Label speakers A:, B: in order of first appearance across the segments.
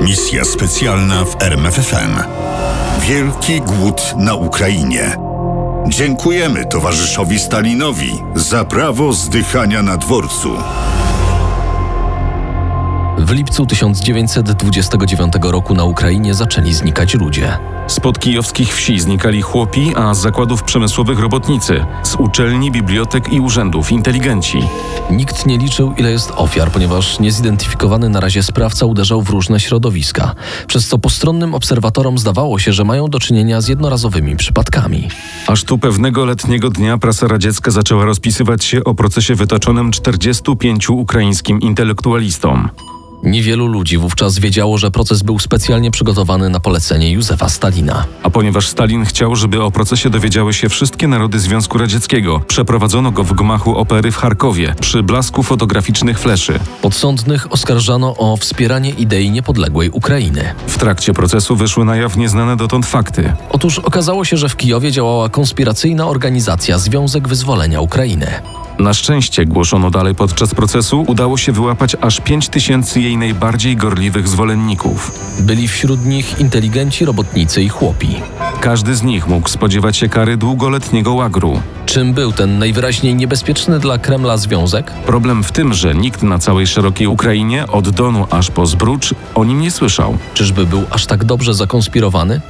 A: Misja specjalna w RMFFM. Wielki głód na Ukrainie. Dziękujemy towarzyszowi Stalinowi za prawo zdychania na dworcu.
B: W lipcu 1929 roku na Ukrainie zaczęli znikać ludzie.
C: Spod kijowskich wsi znikali chłopi, a z zakładów przemysłowych robotnicy, z uczelni, bibliotek i urzędów inteligenci.
B: Nikt nie liczył, ile jest ofiar, ponieważ niezidentyfikowany na razie sprawca uderzał w różne środowiska, przez co postronnym obserwatorom zdawało się, że mają do czynienia z jednorazowymi przypadkami.
C: Aż tu pewnego letniego dnia prasa radziecka zaczęła rozpisywać się o procesie wytoczonym 45 ukraińskim intelektualistom.
B: Niewielu ludzi wówczas wiedziało, że proces był specjalnie przygotowany na polecenie Józefa Stalina.
C: A ponieważ Stalin chciał, żeby o procesie dowiedziały się wszystkie narody Związku Radzieckiego, przeprowadzono go w gmachu opery w Charkowie przy blasku fotograficznych fleszy.
B: Podsądnych oskarżano o wspieranie idei niepodległej Ukrainy.
C: W trakcie procesu wyszły na jaw nieznane dotąd fakty.
B: Otóż okazało się, że w Kijowie działała konspiracyjna organizacja Związek Wyzwolenia Ukrainy.
C: Na szczęście, głoszono dalej podczas procesu, udało się wyłapać aż 5 tysięcy jej najbardziej gorliwych zwolenników.
B: Byli wśród nich inteligenci, robotnicy i chłopi.
C: Każdy z nich mógł spodziewać się kary długoletniego łagru.
B: Czym był ten najwyraźniej niebezpieczny dla Kremla związek?
C: Problem w tym, że nikt na całej szerokiej Ukrainie, od Donu aż po Zbrucz, o nim nie słyszał.
B: Czyżby był aż tak dobrze zakonspirowany?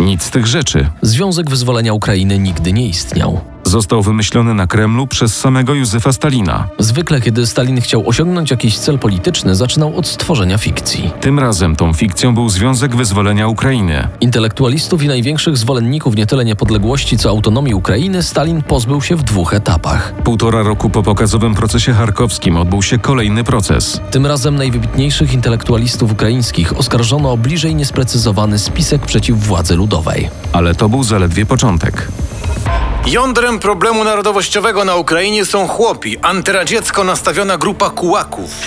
C: Nic z tych rzeczy.
B: Związek Wyzwolenia Ukrainy nigdy nie istniał.
C: Został wymyślony na Kremlu przez samego Józefa Stalina.
B: Zwykle, kiedy Stalin chciał osiągnąć jakiś cel polityczny, zaczynał od stworzenia fikcji.
C: Tym razem tą fikcją był Związek Wyzwolenia Ukrainy.
B: Intelektualistów i największych zwolenników nie tyle niepodległości, co autonomii Ukrainy Stalin pozbył się w dwóch etapach.
C: Półtora roku po pokazowym procesie charkowskim odbył się kolejny proces.
B: Tym razem najwybitniejszych intelektualistów ukraińskich oskarżono o bliżej niesprecyzowany spisek przeciw władzy ludowej.
C: Ale to był zaledwie początek.
D: Jądrem problemu narodowościowego na Ukrainie są chłopi, antyradziecko nastawiona grupa kułaków.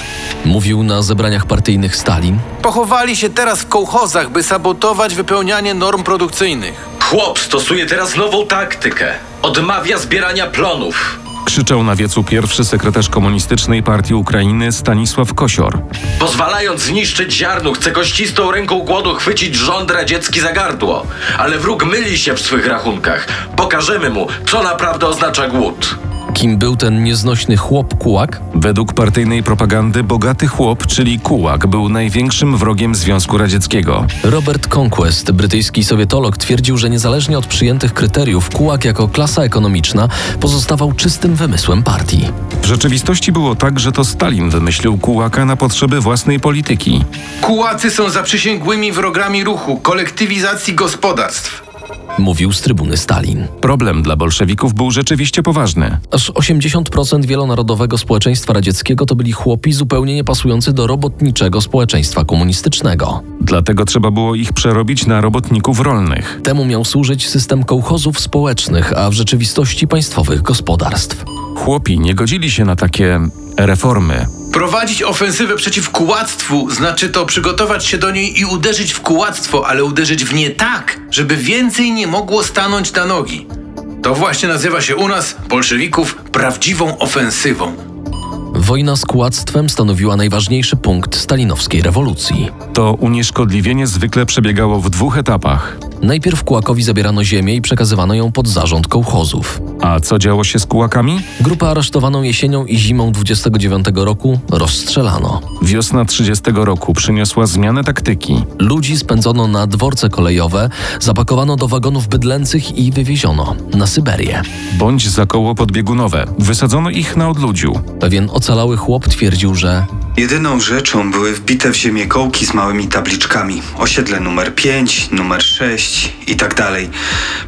B: Mówił na zebraniach partyjnych Stalin,
D: Pochowali się teraz w kołchozach, by sabotować wypełnianie norm produkcyjnych.
E: Chłop stosuje teraz nową taktykę. Odmawia zbierania plonów.
C: Krzyczał na wiecu pierwszy sekretarz komunistycznej partii Ukrainy Stanisław Kosior.
E: Pozwalając zniszczyć ziarno, chce kościstą ręką głodu chwycić rząd radziecki za gardło. Ale wróg myli się w swych rachunkach. Pokażemy mu, co naprawdę oznacza głód.
B: Kim był ten nieznośny chłop kułak?
C: Według partyjnej propagandy bogaty chłop, czyli Kułak, był największym wrogiem Związku Radzieckiego.
B: Robert Conquest, brytyjski sowietolog, twierdził, że niezależnie od przyjętych kryteriów, kułak jako klasa ekonomiczna pozostawał czystym wymysłem partii.
C: W rzeczywistości było tak, że to Stalin wymyślił Kułaka na potrzeby własnej polityki.
D: Kułacy są zaprzysięgłymi wrogami ruchu, kolektywizacji gospodarstw.
B: Mówił z trybuny Stalin.
C: Problem dla bolszewików był rzeczywiście poważny.
B: Aż 80% wielonarodowego społeczeństwa radzieckiego to byli chłopi zupełnie niepasujący do robotniczego społeczeństwa komunistycznego.
C: Dlatego trzeba było ich przerobić na robotników rolnych.
B: Temu miał służyć system kołchozów społecznych, a w rzeczywistości państwowych gospodarstw.
C: Chłopi nie godzili się na takie reformy.
D: Prowadzić ofensywę przeciw kułactwu znaczy to przygotować się do niej i uderzyć w kułactwo, ale uderzyć w nie tak, żeby więcej nie mogło stanąć na nogi. To właśnie nazywa się u nas, bolszewików, prawdziwą ofensywą.
B: Wojna z kułactwem stanowiła najważniejszy punkt stalinowskiej rewolucji.
C: To unieszkodliwienie zwykle przebiegało w dwóch etapach.
B: Najpierw Kułakowi zabierano ziemię i przekazywano ją pod zarząd kołchozów.
C: A co działo się z kułakami?
B: Grupę aresztowaną jesienią i zimą 29 roku rozstrzelano.
C: Wiosna 30 roku przyniosła zmianę taktyki.
B: Ludzi spędzono na dworce kolejowe, zapakowano do wagonów bydlęcych i wywieziono na Syberię.
C: Bądź za koło podbiegunowe. Wysadzono ich na odludziu.
B: Pewien ocalały chłop twierdził, że
F: Jedyną rzeczą były wbite w ziemię kołki z małymi tabliczkami. Osiedle numer 5, numer 6 i tak dalej.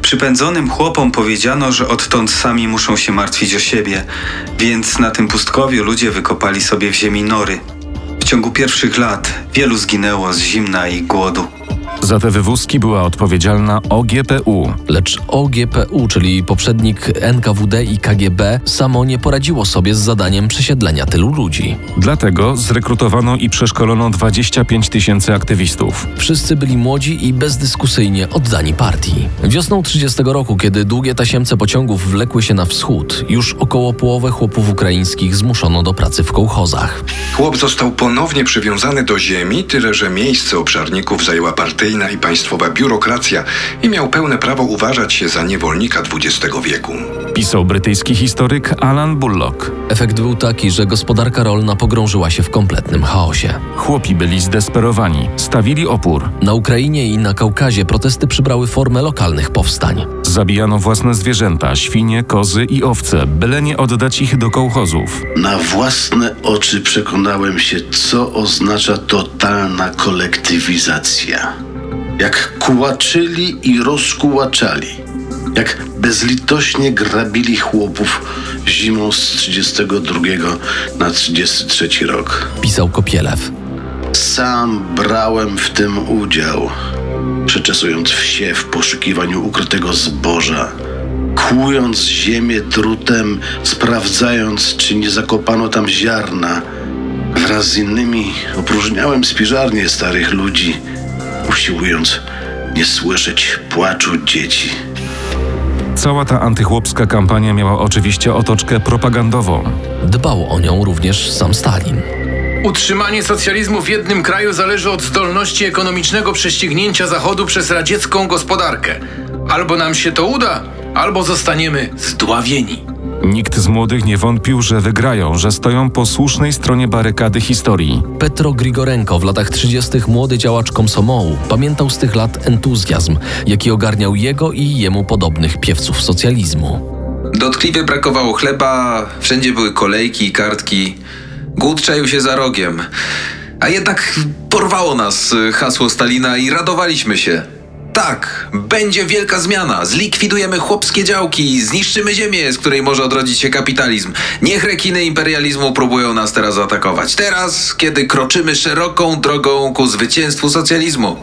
F: Przypędzonym chłopom powiedziano, że odtąd sami muszą się martwić o siebie, więc na tym pustkowiu ludzie wykopali sobie w ziemi nory. W ciągu pierwszych lat wielu zginęło z zimna i głodu.
C: Za te wywózki była odpowiedzialna OGPU.
B: Lecz OGPU, czyli poprzednik NKWD i KGB, samo nie poradziło sobie z zadaniem przesiedlenia tylu ludzi.
C: Dlatego zrekrutowano i przeszkolono 25 tysięcy aktywistów.
B: Wszyscy byli młodzi i bezdyskusyjnie oddani partii. Wiosną 30 roku, kiedy długie tasiemce pociągów wlekły się na wschód, już około połowę chłopów ukraińskich zmuszono do pracy w kołchozach.
G: Chłop został ponownie przywiązany do ziemi, tyle że miejsce obszarników zajęła partyjna i państwowa biurokracja i miał pełne prawo uważać się za niewolnika XX wieku.
C: Pisał brytyjski historyk Alan Bullock.
B: Efekt był taki, że gospodarka rolna pogrążyła się w kompletnym chaosie.
C: Chłopi byli zdesperowani, stawili opór,
B: Na Ukrainie i na Kaukazie protesty przybrały formę lokalnych powstań.
C: zabijano własne zwierzęta, świnie, kozy i owce, byle nie oddać ich do kołchozów.
H: Na własne oczy przekonałem się, co oznacza totalna kolektywizacja. Jak kułaczyli i rozkułaczali. Jak bezlitośnie grabili chłopów zimą z 32 na 33 rok.
B: Pisał Kopielew.
H: Sam brałem w tym udział, przeczesując wsie w poszukiwaniu ukrytego zboża, kłując ziemię drutem, sprawdzając, czy nie zakopano tam ziarna. Wraz z innymi opróżniałem spiżarnie starych ludzi, usiłując nie słyszeć płaczu dzieci.
C: Cała ta antychłopska kampania miała oczywiście otoczkę propagandową.
B: Dbał o nią również sam Stalin.
D: Utrzymanie socjalizmu w jednym kraju zależy od zdolności ekonomicznego prześcignięcia Zachodu przez radziecką gospodarkę. Albo nam się to uda, albo zostaniemy zdławieni.
C: Nikt z młodych nie wątpił, że wygrają, że stoją po słusznej stronie barykady historii.
B: Petro Grigorenko, w latach 30. młody działacz komsomołu, pamiętał z tych lat entuzjazm, jaki ogarniał jego i jemu podobnych piewców socjalizmu.
I: Dotkliwie brakowało chleba, wszędzie były kolejki i kartki. Głód czaił się za rogiem. A jednak porwało nas y, hasło Stalina i radowaliśmy się. Tak, będzie wielka zmiana. Zlikwidujemy chłopskie działki, zniszczymy ziemię, z której może odrodzić się kapitalizm. Niech rekiny imperializmu próbują nas teraz atakować. Teraz, kiedy kroczymy szeroką drogą ku zwycięstwu socjalizmu.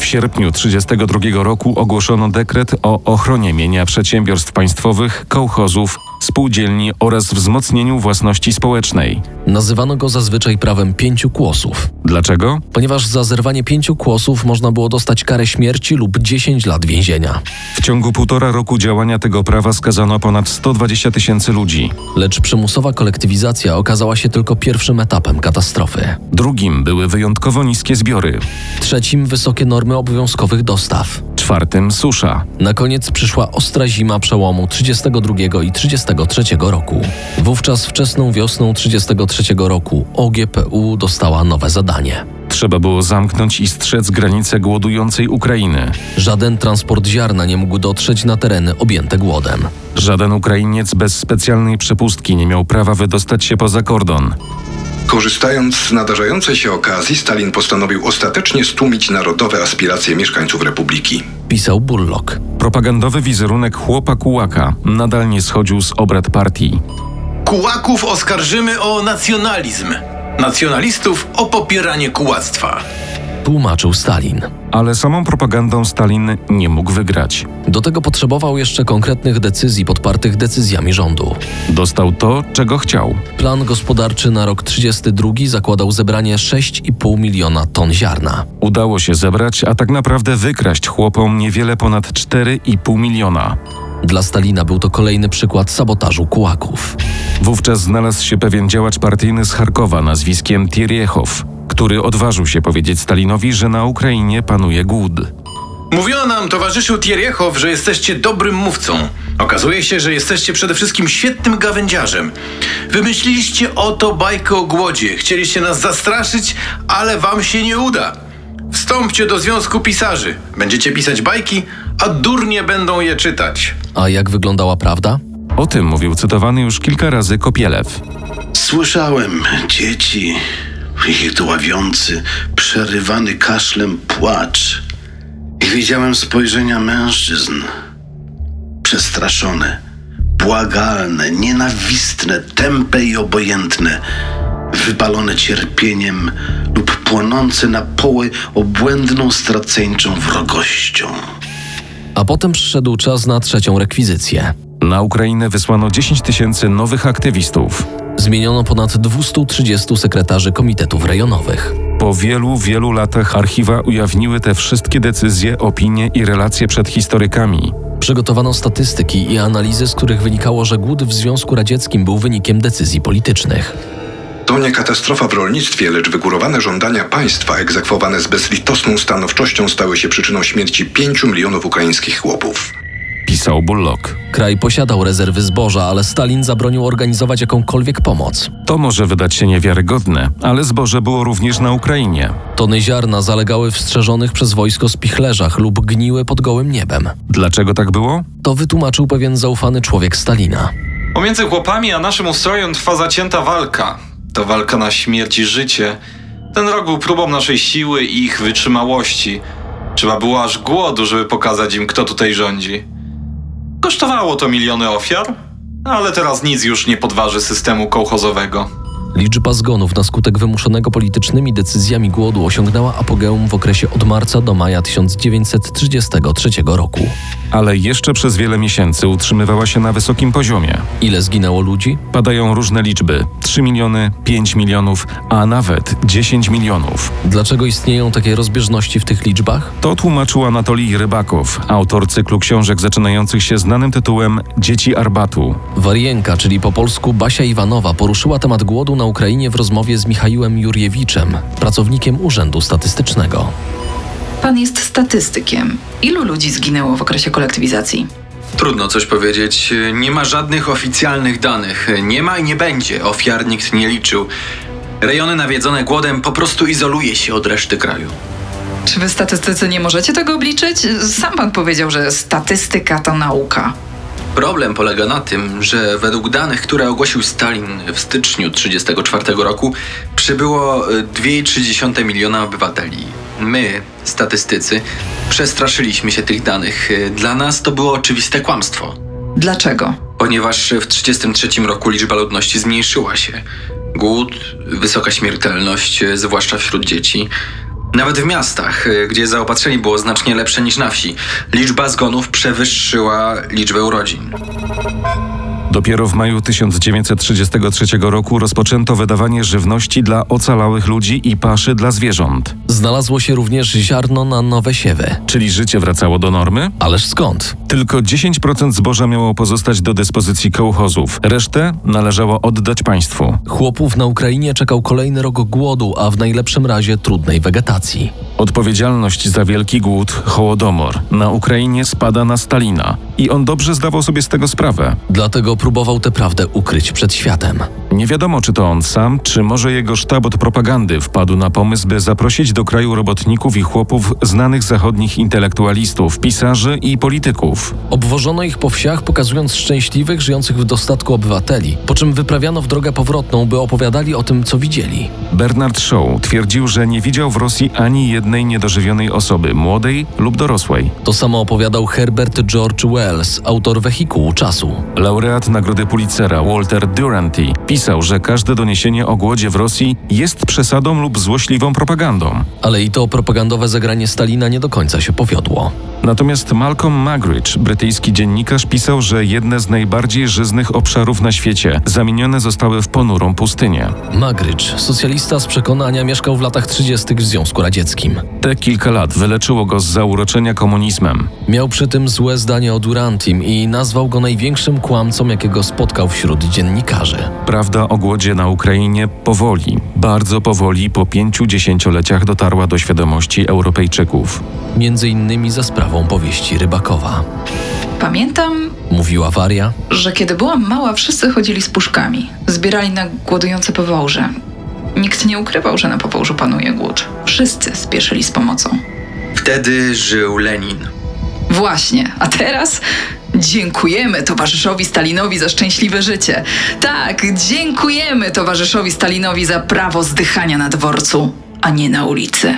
C: W sierpniu 1932 roku ogłoszono dekret o ochronie mienia przedsiębiorstw państwowych, kołchozów, spółdzielni oraz wzmocnieniu własności społecznej.
B: Nazywano go zazwyczaj prawem pięciu kłosów,
C: Dlaczego?
B: ponieważ za zerwanie pięciu kłosów można było dostać karę śmierci lub 10 lat więzienia.
C: W ciągu półtora roku działania tego prawa skazano ponad 120 tysięcy ludzi.
B: Lecz przymusowa kolektywizacja okazała się tylko pierwszym etapem katastrofy.
C: Drugim były wyjątkowo niskie zbiory,
B: Trzecim wysokie normy obowiązkowych dostaw.
C: czwartym susza.
B: Na koniec przyszła ostra zima przełomu 32 i 33 roku. Wówczas wczesną wiosną 33 roku OGPU dostała nowe zadanie.
C: Trzeba było zamknąć i strzec granice głodującej Ukrainy.
B: Żaden transport ziarna nie mógł dotrzeć na tereny objęte głodem.
C: Żaden Ukrainiec bez specjalnej przepustki nie miał prawa wydostać się poza kordon.
G: Korzystając z nadarzającej się okazji, Stalin postanowił ostatecznie stłumić narodowe aspiracje mieszkańców republiki.
B: Pisał Burlock.
C: Propagandowy wizerunek chłopa kułaka nadal nie schodził z obrad partii.
D: Kułaków oskarżymy o nacjonalizm, nacjonalistów o popieranie kułactwa.
B: Tłumaczył Stalin.
C: Ale samą propagandą Stalin nie mógł wygrać.
B: Do tego potrzebował jeszcze konkretnych decyzji podpartych decyzjami rządu.
C: Dostał to, czego chciał.
B: Plan gospodarczy na rok 32 zakładał zebranie 6,5 miliona ton ziarna.
C: Udało się zebrać, a tak naprawdę wykraść chłopom niewiele ponad 4,5 miliona.
B: Dla Stalina był to kolejny przykład sabotażu kułaków.
C: Wówczas znalazł się pewien działacz partyjny z Charkowa nazwiskiem Tieriechow, który odważył się powiedzieć Stalinowi, że na Ukrainie panuje głód.
D: Mówiono nam, towarzyszu Tieriechow, że jesteście dobrym mówcą. Okazuje się, że jesteście przede wszystkim świetnym gawędziarzem. Wymyśliliście oto bajkę o głodzie. Chcieliście nas zastraszyć, ale wam się nie uda. Wstąpcie do Związku Pisarzy. Będziecie pisać bajki, a durnie będą je czytać.
B: A jak wyglądała prawda?
C: O tym mówił cytowany już kilka razy Kopielew.
H: Słyszałem dzieci, ich dławiący, przerywany kaszlem płacz. I widziałem spojrzenia mężczyzn. Przestraszone, błagalne, nienawistne, tępe i obojętne, wypalone cierpieniem lub płonący na poły obłędną straceńczą wrogością.
B: A potem przyszedł czas na trzecią rekwizycję.
C: Na Ukrainę wysłano 10 tysięcy nowych aktywistów.
B: Zmieniono ponad 230 sekretarzy komitetów rejonowych.
C: Po wielu, wielu latach archiwa ujawniły te wszystkie decyzje, opinie i relacje przed historykami.
B: Przygotowano statystyki i analizy, z których wynikało, że głód w Związku Radzieckim był wynikiem decyzji politycznych.
G: To nie katastrofa w rolnictwie, lecz wygórowane żądania państwa egzekwowane z bezlitosną stanowczością stały się przyczyną śmierci 5 milionów ukraińskich chłopów.
C: Pisał Bullock.
B: Kraj posiadał rezerwy zboża, ale Stalin zabronił organizować jakąkolwiek pomoc.
C: To może wydać się niewiarygodne, ale zboże było również na Ukrainie.
B: Tony ziarna zalegały w strzeżonych przez wojsko spichlerzach lub gniły pod gołym niebem.
C: Dlaczego tak było?
B: To wytłumaczył pewien zaufany człowiek Stalina.
J: Pomiędzy chłopami a naszym ustrojem trwa zacięta walka. To walka na śmierć i życie. Ten rok był próbą naszej siły i ich wytrzymałości. Trzeba było aż głodu, żeby pokazać im, kto tutaj rządzi. Kosztowało to miliony ofiar, ale teraz nic już nie podważy systemu kołchozowego.
B: Liczba zgonów na skutek wymuszonego politycznymi decyzjami głodu osiągnęła apogeum w okresie od marca do maja 1933 roku.
C: Ale jeszcze przez wiele miesięcy utrzymywała się na wysokim poziomie.
B: Ile zginęło ludzi?
C: Padają różne liczby: 3 miliony, 5 milionów, a nawet 10 milionów.
B: Dlaczego istnieją takie rozbieżności w tych liczbach?
C: To tłumaczył Anatolij Rybakow, autor cyklu książek zaczynających się znanym tytułem Dzieci Arbatu.
B: Warienka, czyli po polsku Basia Iwanowa, poruszyła temat głodu na Ukrainie w rozmowie z Michałem Juriewiczem, pracownikiem Urzędu Statystycznego.
K: Pan jest statystykiem. Ilu ludzi zginęło w okresie kolektywizacji?
I: Trudno coś powiedzieć. Nie ma żadnych oficjalnych danych. Nie ma i nie będzie. Ofiar nikt nie liczył. Rejony nawiedzone głodem po prostu izoluje się od reszty kraju.
K: Czy wy statystycy nie możecie tego obliczyć? Sam pan powiedział, że statystyka to nauka.
I: Problem polega na tym, że według danych, które ogłosił Stalin w styczniu 1934 roku, przybyło y, 2,3 miliona obywateli. My, statystycy, przestraszyliśmy się tych danych. Y, Dla nas to było oczywiste kłamstwo,
K: Dlaczego?
I: ponieważ w 1933 roku liczba ludności zmniejszyła się. Głód, wysoka śmiertelność, y, zwłaszcza wśród dzieci. Nawet w miastach, y, gdzie zaopatrzenie było znacznie lepsze niż na wsi, liczba zgonów przewyższyła liczbę urodzin.
C: Dopiero w maju 1933 roku rozpoczęto wydawanie żywności dla ocalałych ludzi i paszy dla zwierząt.
B: Znalazło się również ziarno na nowe siewy.
C: Czyli życie wracało do normy?
B: Ależ skąd?
C: Tylko 10% zboża miało pozostać do dyspozycji kołchozów, resztę należało oddać państwu.
B: Chłopów na Ukrainie czekał kolejny rok głodu, a w najlepszym razie trudnej wegetacji.
C: Odpowiedzialność za wielki głód, hołodomor na Ukrainie spada na Stalina i on dobrze zdawał sobie z tego sprawę.
B: Dlatego próbował tę prawdę ukryć przed światem.
C: Nie wiadomo, czy to on sam, czy może jego sztab od propagandy wpadł na pomysł, by zaprosić do kraju robotników i chłopów znanych zachodnich intelektualistów, pisarzy i polityków.
B: Obwożono ich po wsiach, pokazując szczęśliwych, żyjących w dostatku obywateli, po czym wyprawiano w drogę powrotną, by opowiadali o tym, co widzieli.
C: Bernard Shaw twierdził, że nie widział w Rosji ani jednej niedożywionej osoby, młodej lub dorosłej.
B: To samo opowiadał Herbert George Wells, autor wehikułu czasu.
C: Laureat Nagrody Pulitzera Walter Duranty pisał, że każde doniesienie o głodzie w Rosji jest przesadą lub złośliwą propagandą.
B: Ale i to propagandowe zagranie Stalina nie do końca się powiodło.
C: Natomiast Malcolm Magridge, brytyjski dziennikarz, pisał, że jedne z najbardziej żyznych obszarów na świecie zamienione zostały w ponurą pustynię.
B: Magrycz, socjalista z przekonania, mieszkał w latach 30. w Związku Radzieckim.
C: Te kilka lat wyleczyło go z zauroczenia komunizmem.
B: Miał przy tym złe zdanie o Durantim i nazwał go największym kłamcą, jakiego spotkał wśród dziennikarzy.
C: Prawda o głodzie na Ukrainie powoli, bardzo powoli po pięciu dziesięcioleciach dotarła do świadomości Europejczyków.
B: Między innymi za sprawą powieści Rybakowa.
K: Pamiętam,
B: Mówiła Waria,
K: że kiedy byłam mała, wszyscy chodzili z puszkami. Zbierali na głodujące powałże. Nikt nie ukrywał, że na powałżu panuje głód. Wszyscy spieszyli z pomocą.
I: Wtedy żył Lenin.
K: Właśnie, a teraz dziękujemy towarzyszowi Stalinowi za szczęśliwe życie. Tak, dziękujemy towarzyszowi Stalinowi za prawo zdychania na dworcu, a nie na ulicy.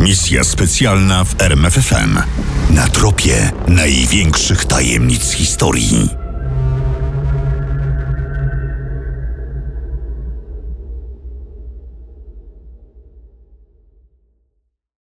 A: Misja specjalna w RMFFM. Na tropie największych tajemnic historii.